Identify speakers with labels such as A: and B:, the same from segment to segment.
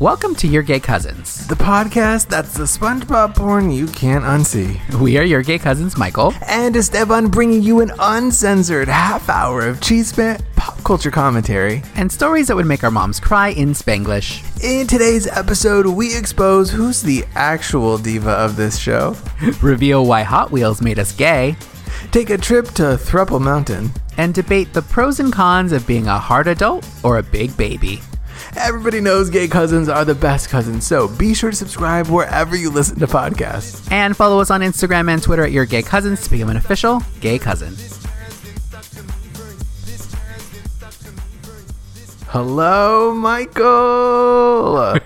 A: Welcome to Your Gay Cousins.
B: The podcast that's the SpongeBob porn you can't unsee.
A: We are Your Gay Cousins, Michael.
B: And Esteban bringing you an uncensored half hour of cheese spit pop culture commentary.
A: and stories that would make our moms cry in Spanglish.
B: In today's episode, we expose who's the actual diva of this show,
A: Reveal why Hot Wheels made us gay,
B: take a trip to Thruple Mountain.
A: and debate the pros and cons of being a hard adult or a big baby.
B: Everybody knows gay cousins are the best cousins, so be sure to subscribe wherever you listen to podcasts.
A: And follow us on Instagram and Twitter at Your Gay Cousins to become an official gay cousin.
B: Hello, Michael!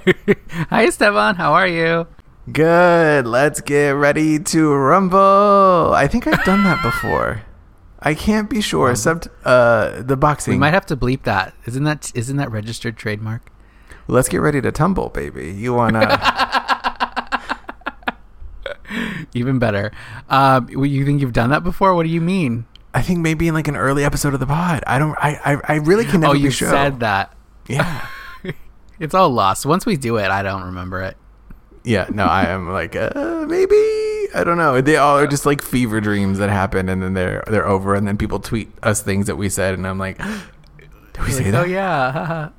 A: Hi, Esteban. How are you?
B: Good. Let's get ready to rumble. I think I've done that before. I can't be sure, except uh, the boxing.
A: We might have to bleep that. Isn't that isn't that registered trademark?
B: Let's get ready to tumble, baby. You wanna?
A: Even better. Um, you think you've done that before? What do you mean?
B: I think maybe in like an early episode of the pod. I don't. I. I, I really can never
A: oh,
B: be
A: you
B: sure.
A: said that.
B: Yeah.
A: It's all lost. Once we do it, I don't remember it.
B: Yeah. No, I am like uh, maybe. I don't know. They all are just like fever dreams that happen, and then they're they're over, and then people tweet us things that we said, and I'm like, did we say
A: Oh
B: that?
A: yeah.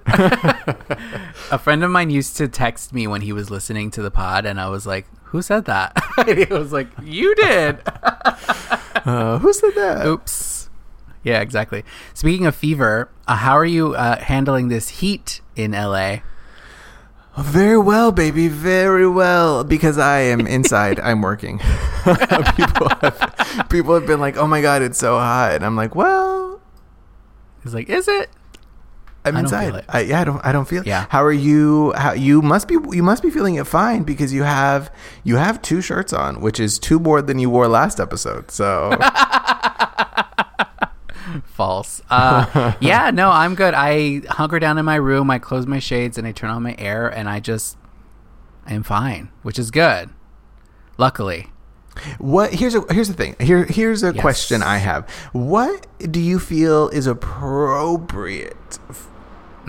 A: a friend of mine used to text me when he was listening to the pod, and I was like, "Who said that?" and he was like, "You did."
B: Uh, who said that?
A: Oops. Yeah, exactly. Speaking of fever, uh, how are you uh, handling this heat in LA?
B: Very well, baby, very well. Because I am inside, I'm working. people, have, people have been like, "Oh my god, it's so hot," and I'm like, "Well,
A: He's like, "Is it?"
B: I'm
A: I don't
B: inside.
A: feel it.
B: I, yeah, I don't, I don't feel. it.
A: Yeah.
B: How are you? How you must be? You must be feeling it fine because you have you have two shirts on, which is two more than you wore last episode. So
A: False. Uh, yeah, no, I'm good. I hunker down in my room. I close my shades and I turn on my air, and I just am fine, which is good. Luckily.
B: What here's a here's the thing. Here here's a
A: Yes.
B: question I have. What do you feel is appropriate? f-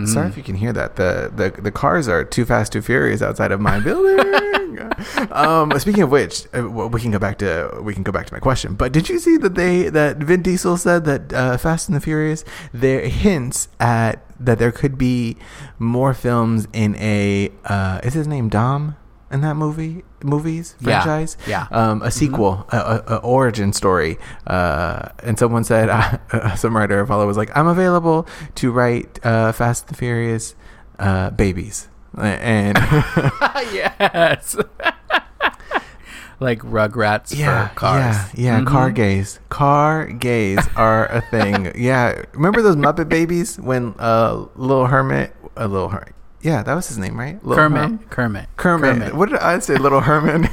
B: Sorry
A: Mm.
B: if you can hear that. The, the the cars are too fast, too furious outside of my building. um, speaking of which, uh, well, we can go back to we can go back to my question. But did you see that they that Vin Diesel said that uh, Fast and the Furious there hints at that there could be more films in a uh, is his name Dom in that movie movies
A: Yeah.
B: franchise
A: Yeah.
B: um, a sequel, a, a, a origin story. Uh, and someone said, uh, some writer I follow was like, I'm available to write uh, Fast and Furious uh, babies. And
A: yes. like Rugrats
B: yeah,
A: for cars. Mm-hmm.
B: yeah, yeah, car gays, car gays are a thing. yeah, remember those Muppet babies when uh, Little Hermit, a uh, Little Hermit, yeah, that was his name, right? Little
A: Kermit,
B: Herm?
A: Kermit.
B: Kermit. What did I say? Little Herman.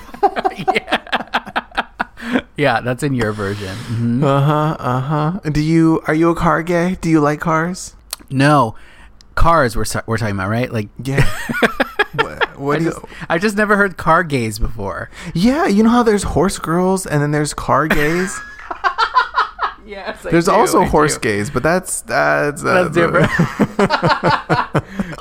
A: Yeah, that's in your version. Mhm.
B: uh huh. Uh huh. Do you are you a car gay? Do you like cars?
A: No, cars we're, so- we're talking about, right? Like,
B: Yeah. what what
A: I
B: do
A: just,
B: you,
A: I've just never heard car gays before.
B: yeah, you know how there's horse girls and then there's car gays.
A: Yes,
B: there's also horse gays, but that's that's uh,
A: That's different.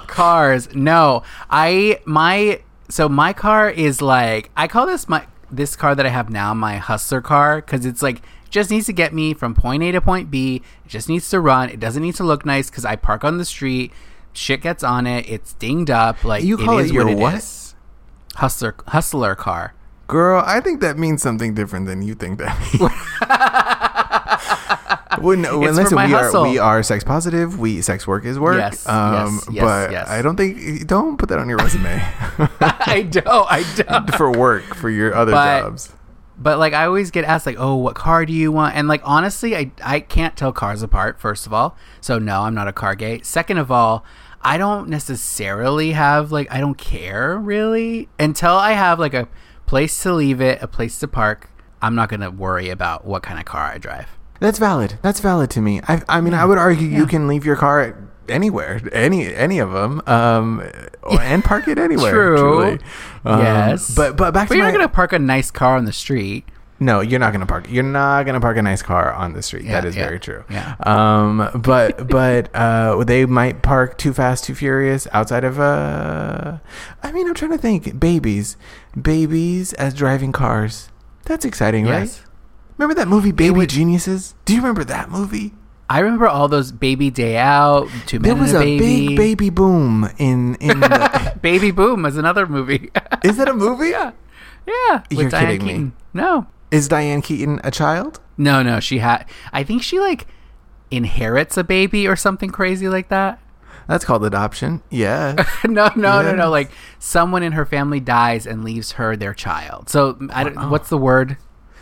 A: cars. No, I my so my car is like I call this my this car that I have now my hustler car because it's like just needs to get me from point A to point B. It just needs to run. It doesn't need to look nice because I park on the street. Shit gets on it. It's dinged up. Like
B: You call it
A: is
B: your what?
A: is. Hustler hustler car.
B: Girl, I think that means something different than you think that. means. well, no,
A: It's
B: and listen,
A: for my
B: we
A: hustle.
B: are we are sex positive. We sex work is work. um,
A: Yes, yes, yes,
B: but
A: yes.
B: I don't think don't put that on your resume
A: I don't. I don't.
B: for work for your other
A: But-
B: jobs.
A: But like I always get asked like, "Oh, what car do you want?" And like honestly, I I can't tell cars apart first of all. So no, I'm not a car gay. Second of all, I don't necessarily have like I don't care really until I have like a place to leave it, a place to park. I'm not going to worry about what kind of car I drive.
B: That's valid. That's valid to me. I, I mean, I would argue you can leave your car anywhere, any any of them, um, or- and park it anywhere.
A: True.
B: truly. Um,
A: yes.
B: But but back
A: But
B: to
A: you're
B: my
A: not going to park a nice car on the street.
B: No, you're not gonna park. You're not gonna park a nice car on the street.
A: Yeah,
B: that is
A: yeah,
B: very true.
A: yeah.
B: Um, but but uh, they might park too fast, too furious outside of Uh, I mean, I'm trying to think. Babies, babies as driving cars. That's exciting,
A: Yes.
B: right? Remember that movie, Baby
A: would-
B: Geniuses? Do you remember that movie?
A: I remember all those baby day out, two
B: There
A: men
B: was
A: and
B: a
A: a baby.
B: big baby boom in in. The,
A: Baby Boom is another movie.
B: is that a movie?
A: yeah, with
B: You're
A: Diane
B: kidding me.
A: Keaton. No,
B: Is Diane Keaton a child?
A: no, no. She had. I think she like inherits a baby or something crazy like that.
B: That's called adoption. Yeah.
A: no, no, no, no.
B: Yes.
A: Like someone in her family dies and leaves her their child. So I don't, what's the word?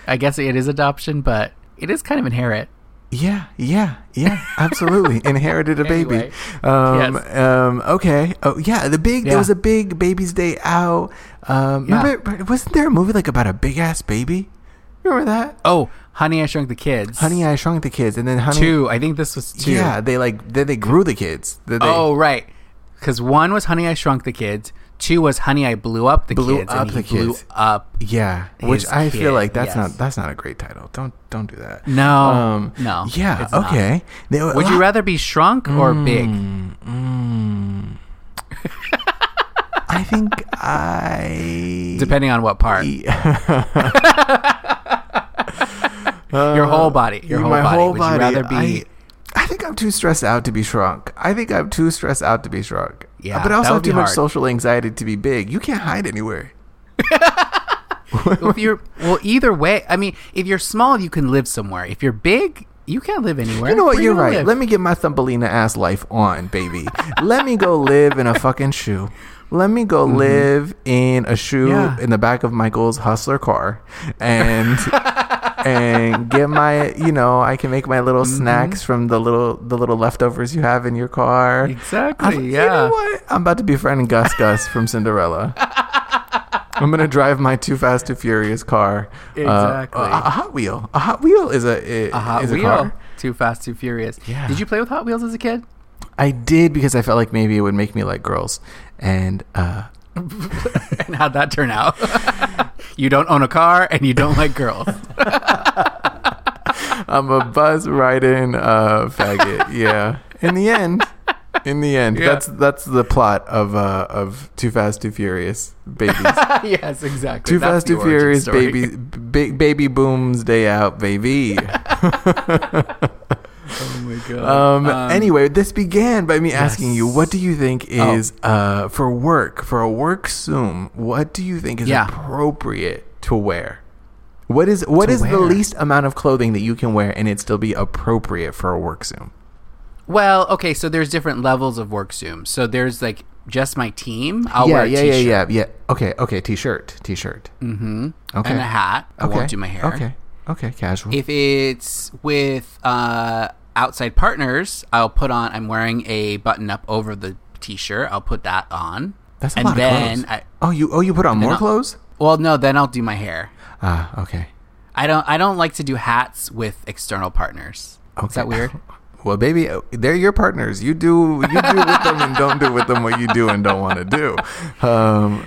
A: I guess it is adoption, but it is kind of inherit.
B: Yeah, yeah, yeah, absolutely. Inherited a
A: Anyway,
B: baby. Um,
A: yes.
B: um, okay. Oh, yeah. The big.
A: Yeah.
B: There was a big baby's day out. Um,
A: Yeah.
B: Remember, wasn't there a movie like about a big ass baby? Remember that?
A: Oh, Honey, I Shrunk the Kids.
B: Honey, I Shrunk the Kids, and then Honey.
A: two. I think this was two.
B: Yeah, they like they, they grew the kids. They, they
A: Oh, right. Because one was Honey, I Shrunk the Kids. Two was Honey, I Blew Up the
B: Blew
A: Kids.
B: up
A: and he
B: the
A: blew
B: kids.
A: up.
B: Yeah,
A: His
B: which I
A: kid,
B: feel like
A: yes.
B: that's not that's not a great title. Don't don't do that. Um,
A: No, no,
B: Yeah.
A: it's not.
B: Okay. They were-
A: Would you rather be shrunk or big?
B: Mm, mm. I think I.
A: Depending on what part. Your whole body. Your whole
B: Uh, my
A: body.
B: whole
A: Would
B: body.
A: you rather be?
B: I, I think I'm too stressed out to be shrunk. I think I'm too stressed out to be shrunk.
A: Yeah,
B: But I
A: that
B: also
A: would
B: have
A: be
B: too much
A: hard.
B: social anxiety to be big. You can't hide anywhere.
A: if you're well, either way. I mean, if you're small, you can live somewhere. If you're big, you can't live anywhere.
B: You know what?
A: Where
B: You're
A: gonna
B: right.
A: live?
B: Let me get my Thumbelina ass life on, baby. Let me go live in a fucking shoe. Let me go live in a shoe
A: Mm-hmm. Yeah.
B: in the back of Michael's hustler car, and and get my you know I can make my little
A: Mm-hmm.
B: snacks from the little the little leftovers you have in your car.
A: Exactly,
B: I'm like, You know
A: yeah.
B: what? I'm about to befriend Gus Gus from Cinderella. I'm gonna drive my too fast to furious car. Uh,
A: Exactly.
B: a, a Hot Wheel. A Hot Wheel is a, i-
A: A Hot
B: is
A: Wheel.
B: a car.
A: Uh-huh, Too fast, too furious.
B: Yeah.
A: Did you play with Hot Wheels as a kid?
B: I did because I felt like maybe it would make me like girls, and uh,
A: And how'd that turn out? you don't own a car and you don't like girls.
B: I'm a buzz riding uh, faggot. Yeah. In the end, in the end,
A: Yeah.
B: that's that's the plot of uh, of Too Fast Too Furious babies.
A: yes, exactly.
B: Too
A: That's
B: Fast
A: the
B: Too
A: origin
B: Furious
A: story.
B: baby ba- baby booms day out baby.
A: Oh my god.
B: Um, anyway, this began by me asking you, what do you think
A: Oh.
B: is uh, for work for a work Zoom? What do you think is
A: Yeah.
B: appropriate to wear? What is what
A: To
B: is the
A: wear?
B: least amount of clothing that you can wear and it still be appropriate for a work Zoom?
A: Well, okay, so there's different levels of work Zoom. So there's like just my team. I'll wear a
B: yeah,
A: t-shirt
B: yeah, yeah, yeah. Okay, okay. T-shirt, T-shirt. Mm-hmm. Okay.
A: and a hat. I
B: okay.
A: won't do my hair.
B: Okay. Okay. Casual.
A: If it's with uh, outside partners, I'll put on. I'm wearing a button up over the t-shirt. I'll put that on.
B: That's a
A: and
B: lot
A: then
B: of clothes.
A: I,
B: oh, you oh you put on more
A: I'll-
B: clothes?
A: well, no, then I'll do my hair.
B: Ah, okay.
A: I don't. I don't like to do hats with external partners. Is that weird?
B: Well, baby, uh, they're your partners. You do you do with them and don't do with them what you do and don't want to do. Um,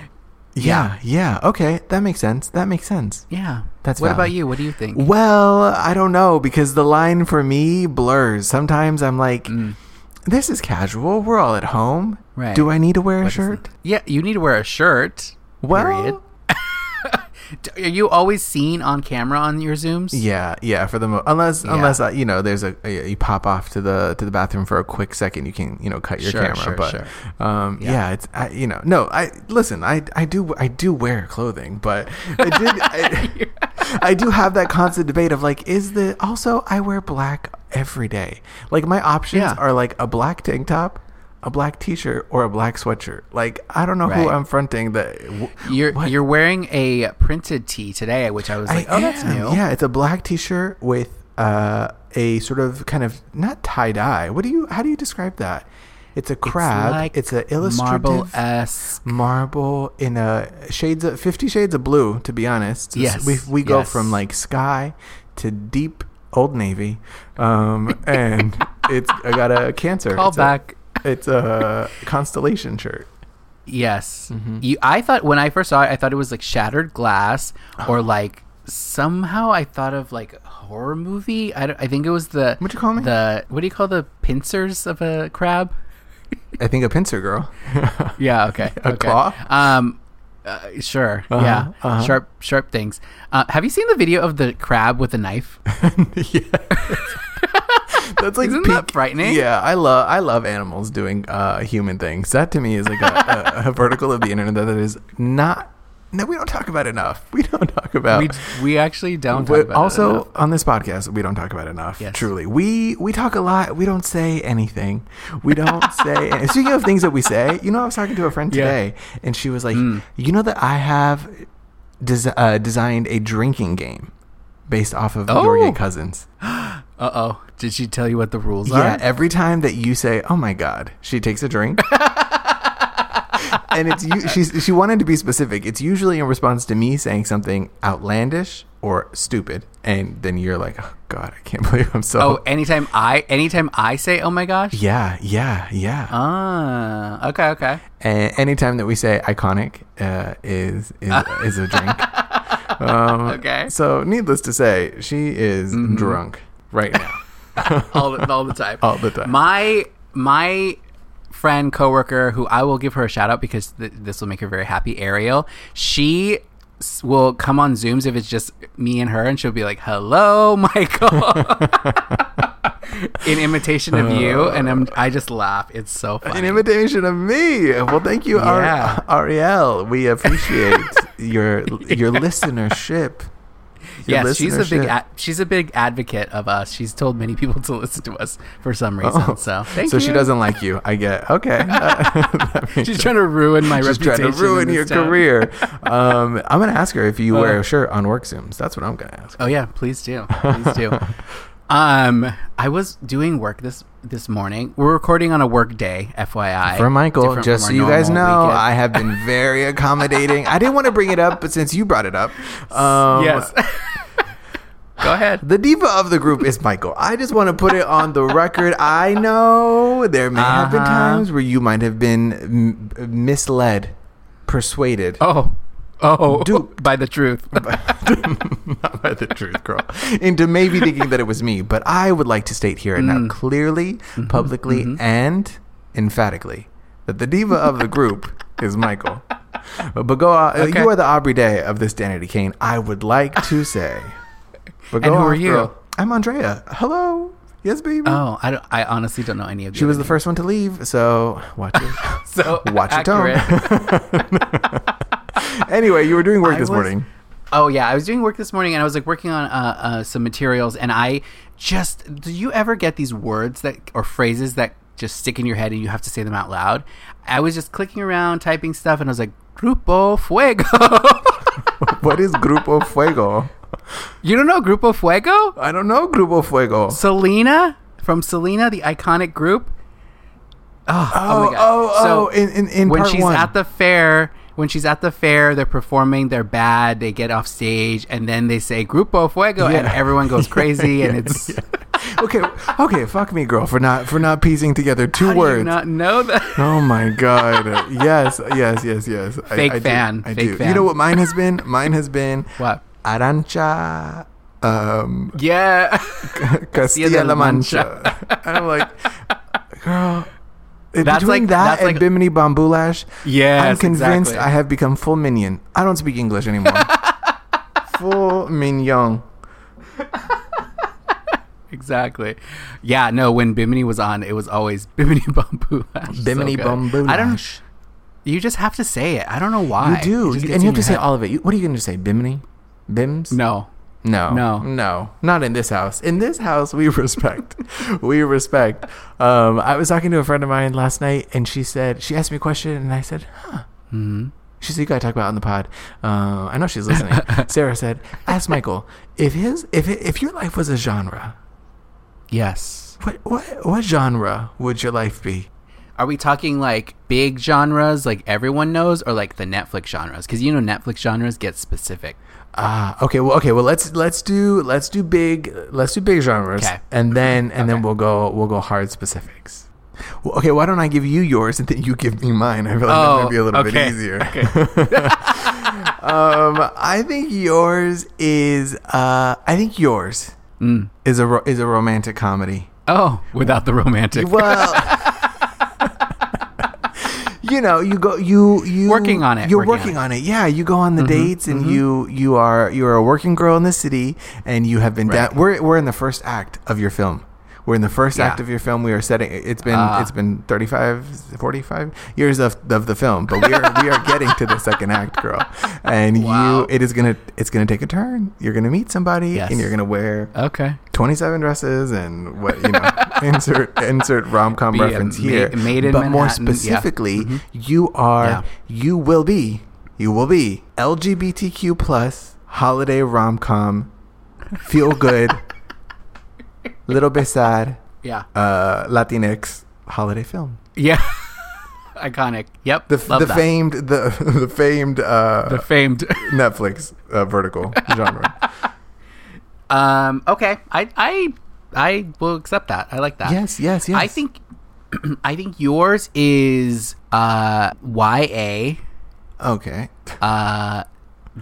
B: yeah, yeah, okay, that makes sense. That makes sense.
A: Yeah.
B: That's
A: What about
B: valid.
A: you? What do you think?
B: Well, I don't know because the line for me blurs. Sometimes I'm like,
A: Mm.
B: this is casual. We're all at home.
A: Right.
B: Do I need to wear a shirt?
A: Yeah, you need to wear a shirt.
B: Well,
A: Period. D- Are you always seen on camera on your zooms?
B: Yeah, yeah. For the mo- unless unless uh, you know, there's a, a you pop off to the to the bathroom for a quick second, you can you know cut your
A: Sure,
B: camera.
A: sure,
B: but
A: sure.
B: Um, yeah. it's I, you know no. I listen. I I do I do wear clothing, but I did I, I do have that constant debate of like is the also I wear black every day. Like my options
A: Yeah.
B: are like a black tank top. A black T-shirt or a black sweatshirt. Like I don't know who
A: Right.
B: I'm fronting. That wh-
A: You're
B: what-
A: you're wearing a printed tee today, which I was like,
B: I
A: oh, that's
B: am.
A: new.
B: Yeah, it's a black T-shirt with uh, a sort of kind of not tie dye. What do you? How do you describe that? It's a crab.
A: like
B: It's, a illustrative
A: marble
B: marble,
A: s.
B: in a shades of Fifty Shades of Blue. To be honest,
A: Yes,
B: we we go
A: yes.
B: from like sky to deep Old Navy, um, and it's I got a cancer.
A: Call
B: it's
A: back.
B: A, it's a constellation shirt.
A: Mm-hmm. Yes. You, I thought when I first saw it, I thought it was like shattered glass or like somehow I thought of like a horror movie. I, don't- I think it was the
B: What'd you call me?
A: the what do you call the pincers of a crab?
B: I think a pincer girl.
A: Yeah. Okay.
B: A
A: okay.
B: claw?
A: Um. uh, sure.
B: Uh-huh,
A: yeah.
B: uh-huh.
A: Sharp, sharp things. Uh, have you seen the video of the crab with a knife?
B: yeah. That's like
A: Isn't that frightening?
B: Yeah, I love I love animals doing uh, human things. That to me is like a, a, a vertical of the internet that is not. No, we don't talk about enough. We don't talk about.
A: we we actually don't. Talk
B: But
A: about it
B: also
A: enough.
B: on this podcast, we don't talk about it enough.
A: Yes.
B: Truly, we we talk a lot. We don't say anything. We don't say. And speaking of things that we say, you know, I was talking to a friend
A: Yeah. Mm.
B: today, and she was like, "You know that I have des- uh, designed a drinking game based off of
A: Oh.
B: your gay cousins."
A: Uh oh. Did she tell you what the rules
B: Yeah,
A: are?
B: every time that you say, "Oh my god," she takes a drink. and it's you she's she wanted to be specific. It's usually in response to me saying something outlandish or stupid, and then you're like, "Oh god, I can't believe I'm so
A: Oh, anytime I anytime I say, oh my gosh.
B: Yeah, yeah,
A: Uh.
B: yeah.
A: Ah. Okay. Okay.
B: and anytime that we say iconic uh, is is, is a drink. Um,
A: Okay. Mm-hmm.
B: So, needless to say, she is drunk right now.
A: all the, all the time.
B: All the time.
A: My my friend coworker who I will give her a shout out because th- this will make her very happy. Ariel, she s- will come on Zooms if it's just me and her, and she'll be like, "Hello, Michael," in imitation of you, and I'm, I just laugh. It's so
B: Uh. An
A: funny.
B: imitation of me. Well, thank you,
A: Yeah.
B: Ar- Ariel. We appreciate your your listenership. Your
A: Yes, she's a big
B: listenership.
A: ad- she's a big advocate of us. She's told many people to listen to us for some reason.
B: Oh.
A: So thank
B: so
A: you.
B: she doesn't like you. I get okay. That makes
A: She's
B: sense.
A: trying to ruin my
B: She's
A: reputation.
B: trying to ruin
A: in
B: your
A: this town.
B: career. Um, I'm gonna ask her if you wear
A: Oh.
B: a shirt on work zooms. That's what I'm gonna ask.
A: Oh yeah, please do. Please do. um, I was doing work this this morning. We're recording on a work day, FYI.
B: For Michael,
A: Different
B: just so
A: from
B: you
A: our
B: guys know,
A: normal
B: I have been very accommodating. I didn't want to bring it up, but since you brought it up, um,
A: weekend. yes. Go ahead.
B: The diva of the group is Michael. I just want to put it on the record. I know there may have been
A: Uh-huh.
B: times where you might have been m- misled, persuaded.
A: Oh, oh,
B: Duped.
A: by the truth.
B: Not by the truth, girl. Into maybe thinking that it was me, but I would like to state here and
A: Mm.
B: now clearly,
A: Mm-hmm.
B: publicly, and emphatically that the diva of the group is Michael. But go on, uh,
A: Okay.
B: you are the Aubrey Day of this Danity Kane. I would like to say. But
A: And who
B: off,
A: are you?
B: girl. I'm Andrea. Hello. Yes, baby.
A: Oh, I don't, I honestly don't know any of you.
B: She was the first one to leave, so watch it.
A: So
B: watch your tone.
A: accurate.
B: anyway, you were doing work
A: I was-
B: this morning.
A: Oh yeah, I was doing work this morning and I was like working on uh, uh, some materials and I just do you ever get these words that or phrases that just stick in your head and you have to say them out loud? I was just clicking around typing stuff and I was like Grupo Fuego.
B: What is Grupo Fuego?
A: you don't know Grupo Fuego?
B: I don't know Grupo Fuego.
A: Selena from Selena, the iconic group. Oh, oh,
B: oh,
A: my
B: oh,
A: god. So-
B: oh, in, in, in
A: when
B: part
A: she's
B: one.
A: at the fair when she's at the fair they're performing they're bad they get off stage and then they say grupo fuego and
B: Yeah.
A: everyone goes crazy and it's
B: okay, okay, fuck me, girl, for not for not piecing together two
A: how do
B: words.
A: you not know that
B: Oh my god! Yes, yes, yes, yes. I-
A: Fake
B: I do,
A: fan,
B: I
A: fake
B: do. You
A: fan.
B: know what mine has been? Mine has been
A: what
B: Arancha, um,
A: yeah
B: Castilla La
A: La
B: Mancha. and I'm like, girl, that's
A: That's
B: between
A: like-
B: that
A: that's
B: and
A: like-
B: Bimini Bambulash,
A: Yes,
B: I'm convinced
A: exactly.
B: I have become full minion. I don't speak English anymore. full mignon.
A: exactly yeah no when bimini was on it was always bimini bamboo
B: Bimini Bambulash.
A: i don't you just have to say it i don't know why
B: You do,
A: It just
B: You-
A: gets
B: and
A: in
B: you have to
A: your
B: say
A: head.
B: all of it. You, what are you going to say, Bimini? Bims?
A: no
B: No,
A: No.
B: no, not in this house. In this house, we respect. we respect. Um, I was talking to a friend of mine last night, and she said she asked me a question, and I said, "Huh."
A: Mm-hmm.
B: She said, "You gotta talk about it on the pod." Uh, I know she's listening. Sarah said, "Ask Michael if his if if your life was a genre,
A: yes
B: what what what genre would your life be?"
A: Are we talking like big genres, like everyone knows, or like the Netflix genres? Because you know Netflix genres get specific.
B: Ah, okay. Well, okay. Well, let's let's do let's do big let's do big genres,
A: Okay.
B: and then and then we'll go we'll go hard specifics. Well, okay. Why don't I give you yours and then you give me mine? I feel like that
A: Oh,
B: might be a little bit
A: okay.
B: easier. um, I think yours is. Uh, I think yours is a ro- is a romantic comedy.
A: Oh, without the romantic.
B: Well, you know, you go, you you
A: Working on it, Mm-hmm,
B: You're
A: working on
B: working on it. Yeah, you go on the dates, and you you are you are a working girl in the city, and you have been. down we're we're in the first act of your film. We're in the first
A: Yeah.
B: act of your film. We are setting. It's been
A: Ah.
B: it's been 35, 45 years of, of the film, but we are we are getting to the second act, girl. And
A: Wow.
B: you, it is gonna it's gonna take a turn. You're gonna meet somebody,
A: Yes.
B: and you're gonna wear
A: Okay.
B: 27 dresses and what you know insert insert rom-com
A: Be a
B: reference
A: ma-
B: here
A: made in
B: but more
A: Manhattan, yeah. Mm-hmm.
B: specifically you are
A: Yeah.
B: you will be you will be lgbtq plus holiday rom-com feel good little bit sad
A: Yeah.
B: uh latinx holiday film
A: Yeah. Iconic. Yep.
B: the, f-
A: Love
B: the
A: that.
B: famed the the famed uh
A: The famed.
B: netflix uh, vertical genre
A: um. Okay. I. I. I will accept that. I like that.
B: yes yes yes
A: I think. I think yours is uh YA
B: okay
A: uh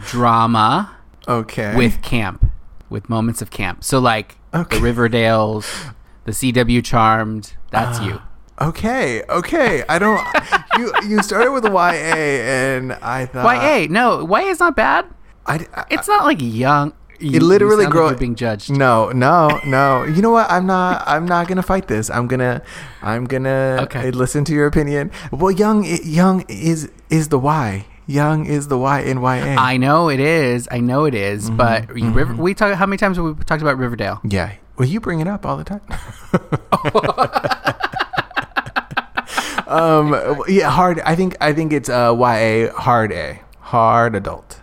A: drama
B: okay
A: with camp, with moments of camp. So like
B: Okay.
A: the Riverdale's, the CW Charmed. That's you.
B: Uh, Okay, okay. I don't. you you started with YA, and I thought
A: YA. No, YA is not bad.
B: I, I-
A: It's not like young. You,
B: it literally
A: you sound like
B: grow-
A: you're being judged.
B: No, no, no. You know what? I'm not. I'm not gonna fight this. I'm gonna. I'm gonna. uh,
A: Okay.
B: Listen to your opinion. Well, young. i- Young is is the Y. Young is the Y in YA.
A: I know it is. I know it is,
B: Mm-hmm,
A: But you River, we talk. How many times have we talked about Riverdale?
B: yeah. Well, you bring it up all the time. um. Yeah. Hard. I think. I think it's uh, YA. Hard A. Hard adult.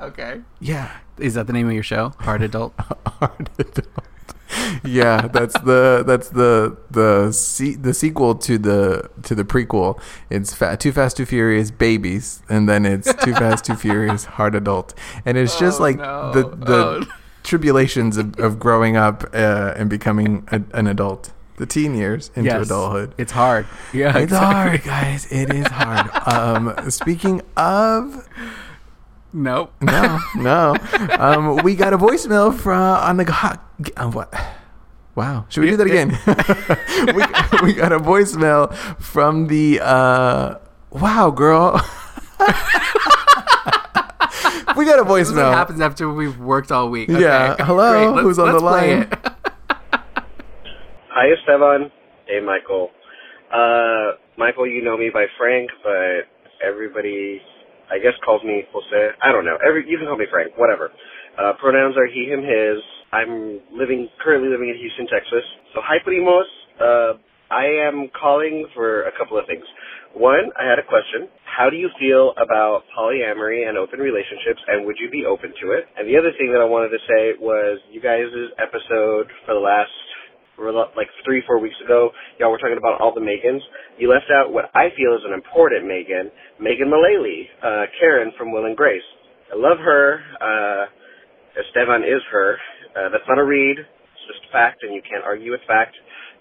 A: Okay.
B: Yeah.
A: Is that the name of your show? Hard Adult.
B: hard adult. yeah, that's the that's the the se- the sequel to the to the prequel. It's fa- Too Fast Too Furious Babies, and then it's Too Fast Too Furious Hard Adult, and it's just
A: Oh,
B: like
A: no.
B: the the
A: Oh.
B: tribulations of, of growing up uh, and becoming a, an adult, the teen years into adulthood.
A: It's hard. Yeah.
B: It's hard, guys. It is hard. um, speaking of
A: Nope.
B: no, no. Um, we got a voicemail from on the hot. Uh, what? Wow. Should we do that again? we, we got a voicemail from the. Uh, wow, girl. we got a
A: This is what
B: voicemail.
A: happens after we've worked all week.
B: Yeah.
A: Okay.
B: Hello?
A: Great. Let's-
B: Who's on the
A: let's play
B: line?
A: it.
C: Hi, Esteban. Hey, Michael. Uh, Michael, you know me by Frank, but everybody, I guess, calls me Jose. I don't know. Every you can call me Frank, whatever. Uh, pronouns are he, him, his. I'm living currently living in Houston, Texas. So hi, primos. Uh, I am calling for a couple of things. One, I had a question. How do you feel about polyamory and open relationships, and would you be open to it? And the other thing that I wanted to say was, you guys' episode for the last were lo- like three, four weeks ago, y'all were talking about all the Megans. You left out what I feel is an important Megan, Megan Mullally, uh, Karen from Will and Grace. I love her. Uh, Esteban is her. Uh, that's not a read. It's just fact, and you can't argue with fact.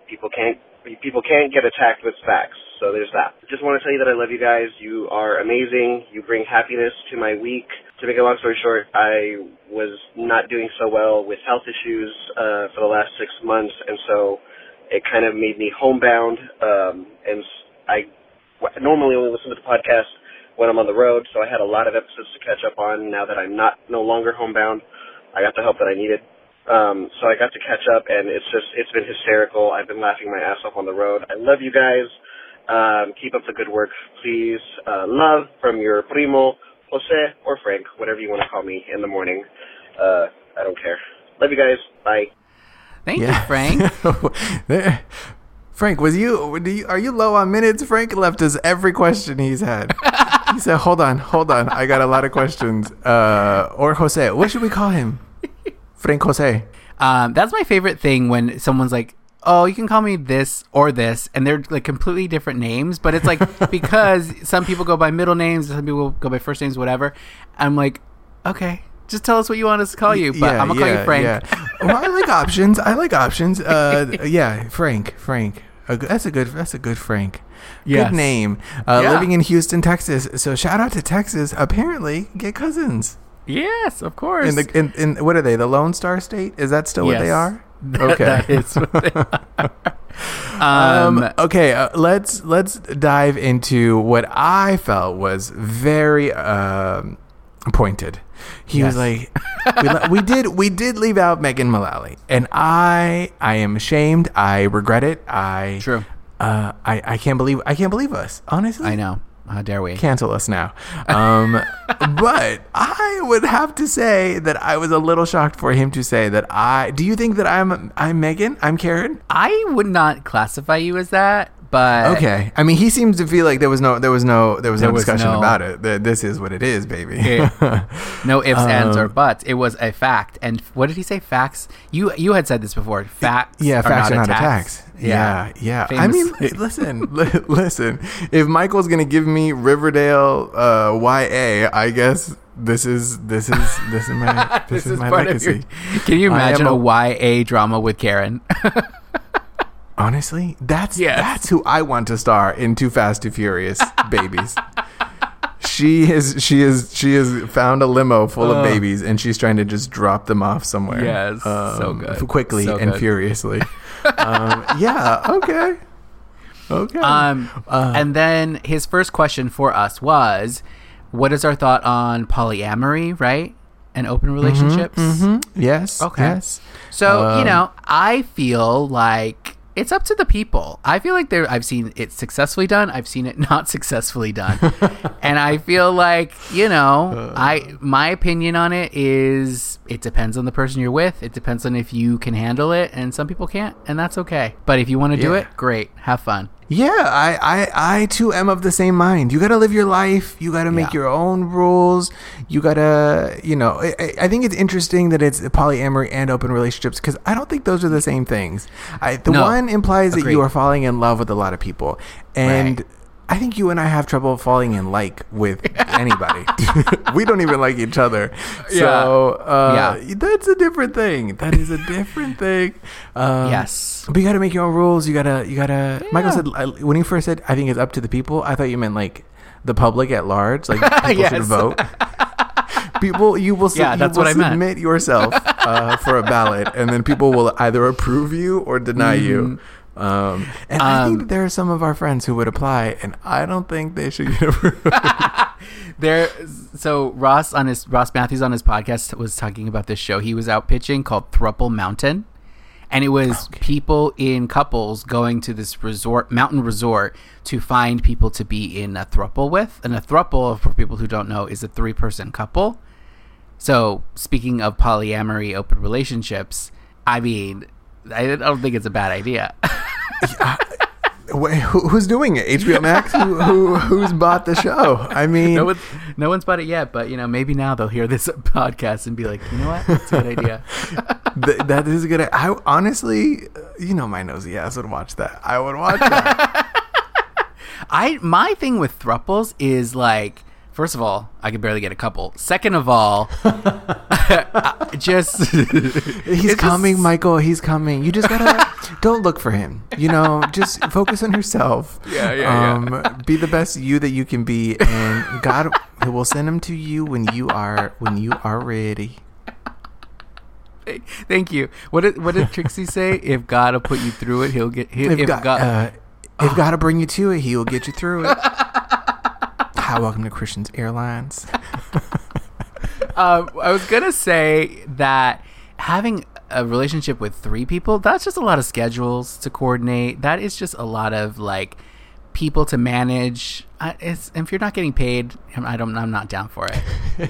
C: People can't people can't get attacked with facts. So there's that. Just want to tell you that I love you guys. You are amazing. You bring happiness to my week. To make a long story short, I was not doing so well with health issues uh, for the last six months, and so it kind of made me homebound. Um, and s- I w- normally only listen to the podcast when I'm on the road, so I had a lot of episodes to catch up on. Now that I'm not no longer homebound, I got the help that I needed. Um, so I got to catch up, and it's just it's been hysterical. I've been laughing my ass off on the road. I love you guys. Um, keep up the good work, please. Uh, love from your primo, Jose or Frank, whatever you want to call me in the morning. Uh, I don't care. Love you guys. Bye.
A: Thank you, Frank.
B: Frank. Frank, was you, do you? Are you low on minutes? Frank left us every question he's had. He said, "Hold on, hold on. I got a lot of questions." Uh, or Jose, what should we call him? Frank Jose.
A: Um, that's my favorite thing when someone's like, "Oh, you can call me this or this," and they're like completely different names. But it's like because some people go by middle names, some people go by first names, whatever. I'm like, okay, just tell us what you want us to call you. But I'm gonna call you Frank.
B: yeah. well, I like options. I like options. Uh, yeah, Frank, Frank. A good- that's a good. That's a good Frank.
A: Yes.
B: Good name. Uh,
A: Yeah.
B: Living in Houston, Texas. So shout out to Texas. Apparently, get cousins.
A: Yes, of course.
B: In the in, in what are they? The Lone Star State? Is that still what they
A: Yes.
B: are?
A: that is what they are.
B: Um,
A: Um,
B: okay, uh, let's let's dive into what I felt was very um, pointed. He was like, we, le- we did we did leave out Megan Mullally, and I I am ashamed. I regret it. I
A: True.
B: Uh, I I can't believe I can't believe us. Honestly,
A: I know. How dare we?
B: cancel us now. Um, but I would have to say that I was a little shocked for him to say that I. Do you think that I'm I'm Megan? I'm Karen.
A: I would not classify you as that, but
B: Okay. I mean, he seems to feel like there was no there was no there was
A: There
B: no
A: was
B: discussion
A: no-
B: about it. That this is what it is, baby.
A: Yeah. no ifs, ands,
B: Um,
A: or buts. It was a fact. And what did he say? Facts. You you had said this before. Facts.
B: Yeah, facts are not, attacks.
A: Yeah.
B: Yeah, yeah. I
A: Famous-
B: mean, li- listen, li- listen. If Michael's gonna give me Riverdale uh, YA, I guess this is this is this is my this, is, my legacy.
A: your. Can you
B: I am
A: imagine
B: a-
A: a YA drama with Karen?
B: Honestly, that's
A: Yes.
B: that's who I want to star in Too Fast Too Furious babies. she is she is she has found a limo full of babies and she's trying to just drop them off somewhere. Um,
A: Yes, so good.
B: quickly
A: So
B: and
A: good.
B: furiously. um, yeah. Okay. Okay.
A: Um,
B: Uh,
A: and then his first question for us was, "What is our thought on polyamory, right, and open
B: Mm-hmm,
A: relationships?"
B: yes.
A: okay.
B: Yes.
A: So you
B: Um,
A: know, I feel like it's up to the people. I feel like there. I've seen it successfully done. I've seen it not successfully done, and I feel like you know,
B: Uh.
A: I my opinion on it is it depends on the person you're with. It depends on if you can handle it, and some people can't, and that's okay. But if you want to do
B: Yeah.
A: it, great, have fun.
B: Yeah, I, I, I too am of the same mind. You gotta live your life. You gotta make
A: Yeah.
B: your own rules. You gotta, you know, I- I, I think it's interesting that it's polyamory and open relationships because I don't think those are the same things. I, the
A: No.
B: one implies that
A: Agreed.
B: you are falling in love with a lot of people, and
A: Right.
B: I think you and I have trouble falling in like with anybody. we don't even like each other. So uh,
A: Yeah.
B: that's a different thing. That is a different thing. Um,
A: Yes.
B: but you gotta make your own rules. You gotta, you gotta. Michael said I, when you first said, "I think it's up to the people." I thought you meant like the public at large, like people should
A: Yes.
B: vote. people, you will, su-
A: Yeah,
B: you
A: that's
B: will
A: what I meant.
B: submit yourself uh, for a ballot, and then people will either approve you or deny you. Um, and I think that there are some of our friends who would apply, and I don't think they should get approved.
A: there so ross on his ross matthews on his podcast was talking about this show he was out pitching called thruple mountain and it was people in couples going to this resort mountain resort to find people to be in a thruple with and a thruple for people who don't know is a three person couple so speaking of polyamory open relationships i mean i don't think it's a bad idea
B: Wait, who, who's doing it? HBO Max? who, who, who's bought the show? I mean,
A: no one's, no one's bought it yet but you know maybe now they'll hear this podcast and be like you know what that's a good idea
B: Th- that is good. I honestly, uh, you know, my nosy ass would watch that. I would watch that.
A: I my thing with thruples is like first of all, I could barely get a couple. Second of all, I- just
B: He's coming, Michael. He's coming. You just gotta don't look for him. You know, just focus on yourself. Um,
A: Yeah, yeah, yeah.
B: Be the best you that you can be, and God will send him to you when you are when you are ready.
A: Thank you. What did what did Trixie say? If God will put you through it, he'll get. He, if,
B: If, God,
A: God,
B: uh, if God will bring you to it, He will get you through it. Hi, welcome to Christian's Airlines.
A: um, I was gonna say that having a relationship with three people, that's just a lot of schedules to coordinate. That is just a lot of like people to manage. I, it's, if you're not getting paid, I'm, I don't. I'm not down for it.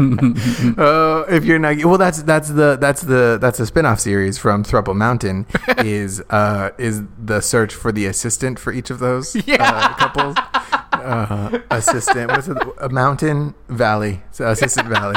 B: Uh, if you're not well, that's that's the that's the that's the spin-off series from Thruple Mountain is uh is the search for the assistant for each of those uh, couples. Uh, assistant, what's it? A mountain valley, so assistant valley.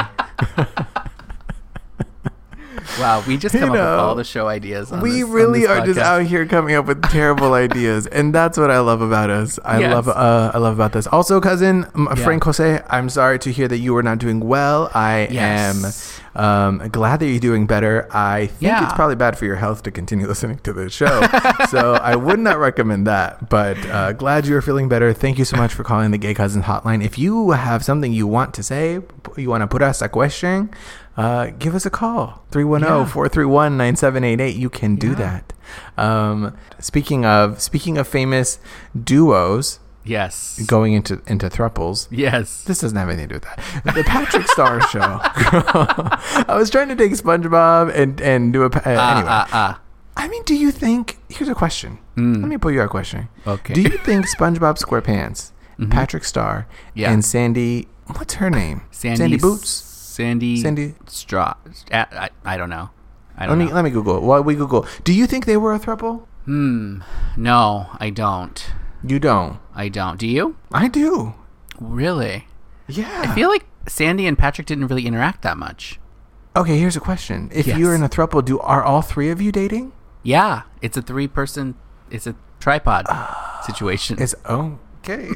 A: Wow, we just
B: You
A: come up
B: know,
A: with all the show ideas. On
B: we
A: this- on
B: really
A: this
B: are just
A: podcast.
B: out here coming up with terrible ideas, and that's what I love about us. I
A: Yes.
B: love, uh, I love about this. Also, cousin m
A: Yeah.
B: Frank Jose, I'm sorry to hear that you are not doing well. I
A: Yes.
B: am Um, glad that you're doing better. I think
A: Yeah.
B: it's probably bad for your health to continue listening to the show, so I would not recommend that. But uh, glad you are feeling better. Thank you so much for calling the Gay Cousins Hotline. If you have something you want to say, you want to put us a question, uh, give us a call oh, 310-431-9788. You can do that. Um, speaking of speaking of famous duos
A: Yes.
B: going into into thruples,
A: Yes.
B: this doesn't have anything to do with that. The Patrick Star Show. I was trying to take SpongeBob and and do a pa- uh, anyway.
A: Uh, uh.
B: I mean, do you think? Here's a question. Let me put you a question.
A: Hmm. Okay. Mm-hmm.
B: Do you think SpongeBob SquarePants, Patrick Star,
A: Yeah.
B: and Sandy? What's her name?
A: Sandy,
B: Boots.
A: Sandy.
B: Sandy-
A: Straw. I, I, I don't know. I
B: Let
A: don't
B: me
A: know.
B: let me Google. it. While we Google, do you think they were a throuple?
A: No, I don't.
B: You don't.
A: I don't. Do you?
B: I do.
A: Really?
B: Yeah.
A: I feel like Sandy and Patrick didn't really interact that much.
B: okay. Here's a question. If
A: Yes.
B: you're in a throuple, do are all three of you dating?
A: Yeah, it's a three person, it's a tripod situation.
B: It's okay.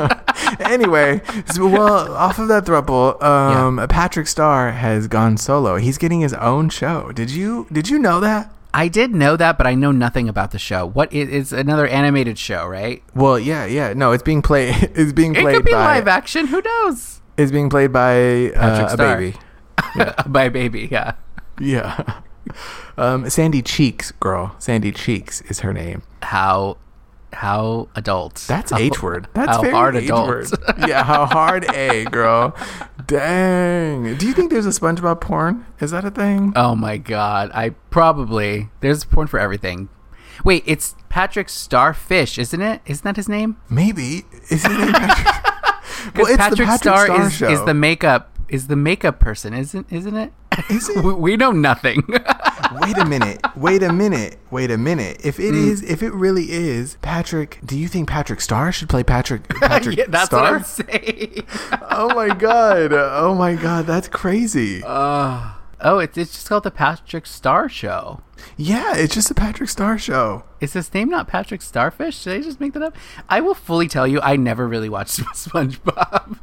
B: anyway, so, well, off of that throuple, um, Patrick Starr has gone solo. He's getting his own show. Did you did you know that?
A: I did know that, but I know nothing about the show. What is it's another animated show, right?
B: Well, yeah, yeah. No, it's being played. It's being
A: It
B: played
A: could be
B: by.
A: live action. Who knows?
B: It's being played by uh,
A: Patrick
B: a
A: Starr.
B: baby.
A: By baby, yeah.
B: Yeah. Um, Sandy Cheeks, girl. Sandy Cheeks is her name.
A: How how adult?
B: That's H word. That's
A: how
B: very
A: hard
B: H
A: adult.
B: word. yeah, how hard A, girl. Dang. Do you think there's a SpongeBob porn? Is that a thing?
A: Oh my god. I probably there's porn for everything. Wait, it's Patrick Starfish, isn't it? Isn't that his name?
B: Maybe. Is it named Patrick? well,
A: Because Patrick, Star, is, is the makeup is the makeup person, isn't isn't it?
B: Is it?
A: we, we know nothing.
B: wait a minute. Wait a minute. Wait a minute. If
A: Mm.
B: it is, if it really is, Patrick, do you think Patrick Star should play Patrick Patrick
A: Yeah, that's
B: Star?
A: what I'm saying.
B: oh my god. Oh my god. That's crazy.
A: oh, it's it's just called the Patrick Star Show.
B: yeah, it's just a Patrick Star show.
A: Is his name not Patrick Starfish? Did I just make that up? I will fully tell you, I never really watched SpongeBob.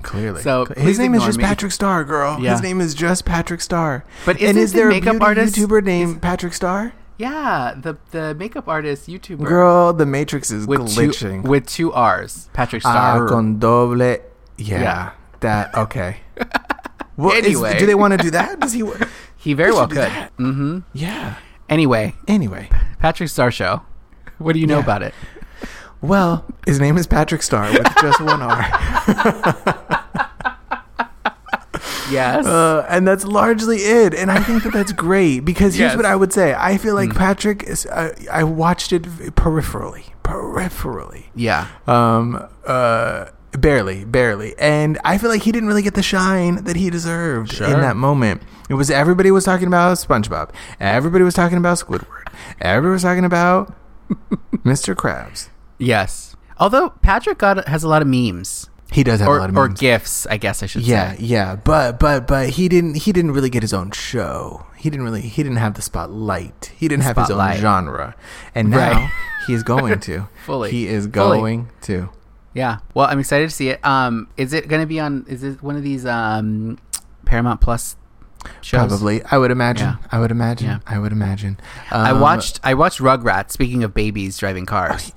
B: Clearly.
A: So,
B: his
A: please
B: name is
A: ignore
B: just
A: me.
B: Patrick Star, girl.
A: Yeah.
B: His name is just Patrick Star.
A: But isn't
B: and is
A: the
B: there
A: makeup
B: a beauty
A: artist-
B: YouTuber named Patrick Star?
A: yeah, the the makeup artist YouTuber
B: Girl, the Matrix is
A: with
B: glitching.
A: two with two R's, Patrick
B: Ah,
A: Star.
B: con doble. Yeah, that okay. Well, is-
A: Anyway.
B: do they want to do that? Does he? wa-
A: he very
B: they
A: well
B: should do
A: could.
B: that.
A: Mm.
B: Yeah.
A: Anyway,
B: Anyway,
A: Patrick Star Show. What do you know
B: Yeah.
A: about it?
B: well, his name is Patrick Star with just one R,
A: Yes.
B: uh, and that's largely it. And I think that that's great because here's
A: Yes. Mm.
B: what I would say: I feel like Patrick. Is, uh, I watched it peripherally, peripherally.
A: yeah.
B: Um. Uh. Barely, barely, and I feel like he didn't really get the shine that he deserved in that moment. It was everybody was talking about SpongeBob, everybody was talking about Squidward, everybody was talking about Mr. Krabs.
A: Yes. Although Patrick got has a lot of memes
B: He does have
A: or
B: a lot of
A: or
B: memes.
A: gifts, I guess I should
B: yeah,
A: say.
B: yeah, but but but he didn't he didn't really get his own show. He didn't really he didn't have the spotlight. He didn't have
A: Spotlight.
B: his own genre, and now
A: Right.
B: he is going to
A: Fully.
B: He is
A: Fully.
B: going to.
A: Yeah. Well, I'm excited to see it. Um, is it going to be on? Is it one of these um, Paramount Plus shows?
B: Probably, I would imagine.
A: Yeah.
B: I would imagine.
A: Yeah.
B: I would imagine.
A: I
B: Um, Oh,
A: watched. I watched Rugrats. Speaking of babies driving cars,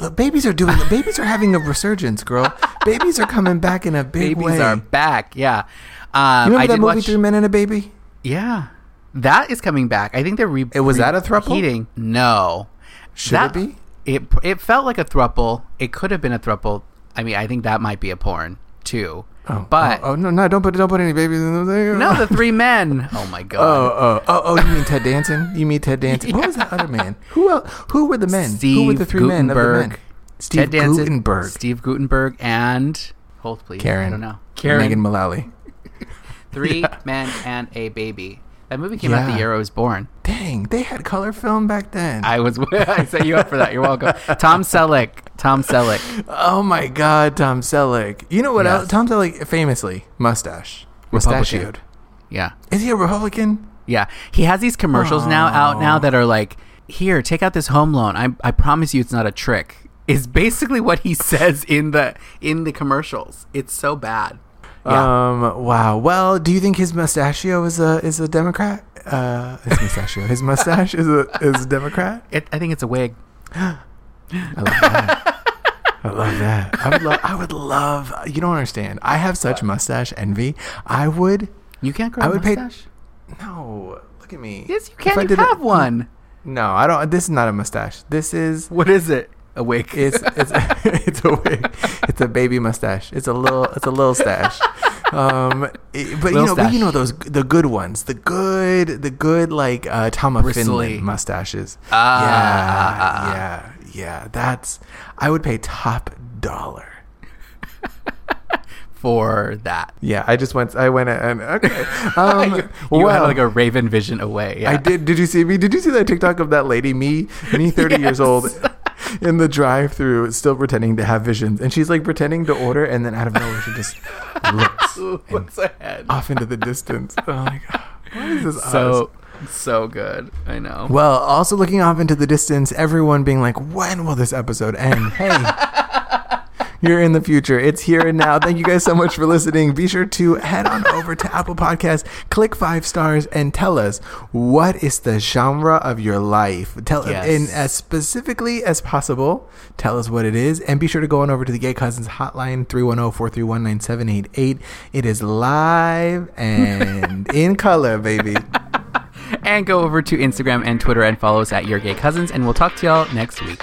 B: Look, babies are doing. babies are having a resurgence, girl. babies are coming back in a big
A: babies
B: way.
A: are back. Yeah. Um,
B: you remember
A: I
B: that
A: did
B: movie
A: watch.
B: Three Men and a Baby?
A: yeah. That is coming back. I think they're re-
B: It- was
A: re-
B: that a throuple?
A: repeating. No.
B: Should
A: That-
B: it be?
A: It it felt like a thruple. It could have been a thruple. I mean, I think that might be a porn too. but
B: oh, oh, no, no, don't put don't put any babies in there.
A: no, the three men. Oh my god.
B: Oh, oh, oh, oh! You mean Ted Danson? You mean Ted Danson? What was that other man? Who else? Who were the men? who were the
A: Steve
B: three men of the men?
A: Gutenberg,
B: Steve
A: Danson,
B: Gutenberg,
A: Steve Gutenberg, and hold please.
B: Karen,
A: I don't know. Karen.
B: Megan Mullally.
A: Three men and a baby. That movie came out
B: Yeah.
A: the year I was born.
B: Dang, they had color film back then.
A: I was. I set you up for that. You're welcome. Tom Selleck. Tom Selleck.
B: oh my God, Tom Selleck. You know what
A: Yes.
B: else? Tom Selleck famously mustache,
A: Republican.
B: mustachioed.
A: Yeah.
B: Is he a Republican?
A: Yeah, he has these commercials now out now that are like, "Here, take out this home loan. I I promise you, it's not a trick." Is basically what he says in the in the commercials. It's so bad. Yeah.
B: Um, wow. Well, do you think his mustachio is a is a Democrat? Uh, his mustachio. his mustache is a is a Democrat.
A: It, I think it's a wig.
B: I love that. I love that. I would love. I would love. You don't understand. I have such mustache envy. I would.
A: You can't grow
B: I
A: a
B: would pay-
A: mustache.
B: No, look at me.
A: Yes, you
B: If
A: can.
B: I
A: You
B: did it-
A: have one.
B: No, I don't. This is not a mustache. This is.
A: What is it? A wig.
B: It's it's it's a wig. It's a baby mustache. It's a little it's a little stash. Um, it-
A: Little
B: but you know, but
A: stash.
B: you know those the good ones, the good the good like uh, Tom of
A: Bristly.
B: Finland mustaches.
A: Ah.
B: yeah, yeah, yeah. That's I would pay top dollar.
A: for that.
B: Yeah, I just went. I went and okay. Um,
A: you you had
B: well,
A: like a raven vision away. Yeah.
B: I did. Did you see me? Did you see that TikTok of that lady, me, me, thirty years old, in the drive-through, still pretending to have visions, and she's like pretending to order, and then out of nowhere she just looks
A: What's ahead?
B: off into the distance. Oh I'm like, what is this?
A: so
B: us?
A: so good. I know.
B: Well, also looking off into the distance, everyone being like, when will this episode end? Hey. You're in the future. It's here and now. Thank you guys so much for listening. Be sure to head on over to Apple Podcasts, click five stars, and tell us what is the genre of your life. Tell
A: Yes.
B: in as specifically as possible. Tell us what it is. And be sure to go on over to the Gay Cousins Hotline, 310 431 9788. It is live and in color, baby.
A: And go over to Instagram and Twitter and follow us at Your Gay Cousins, and we'll talk to y'all next week.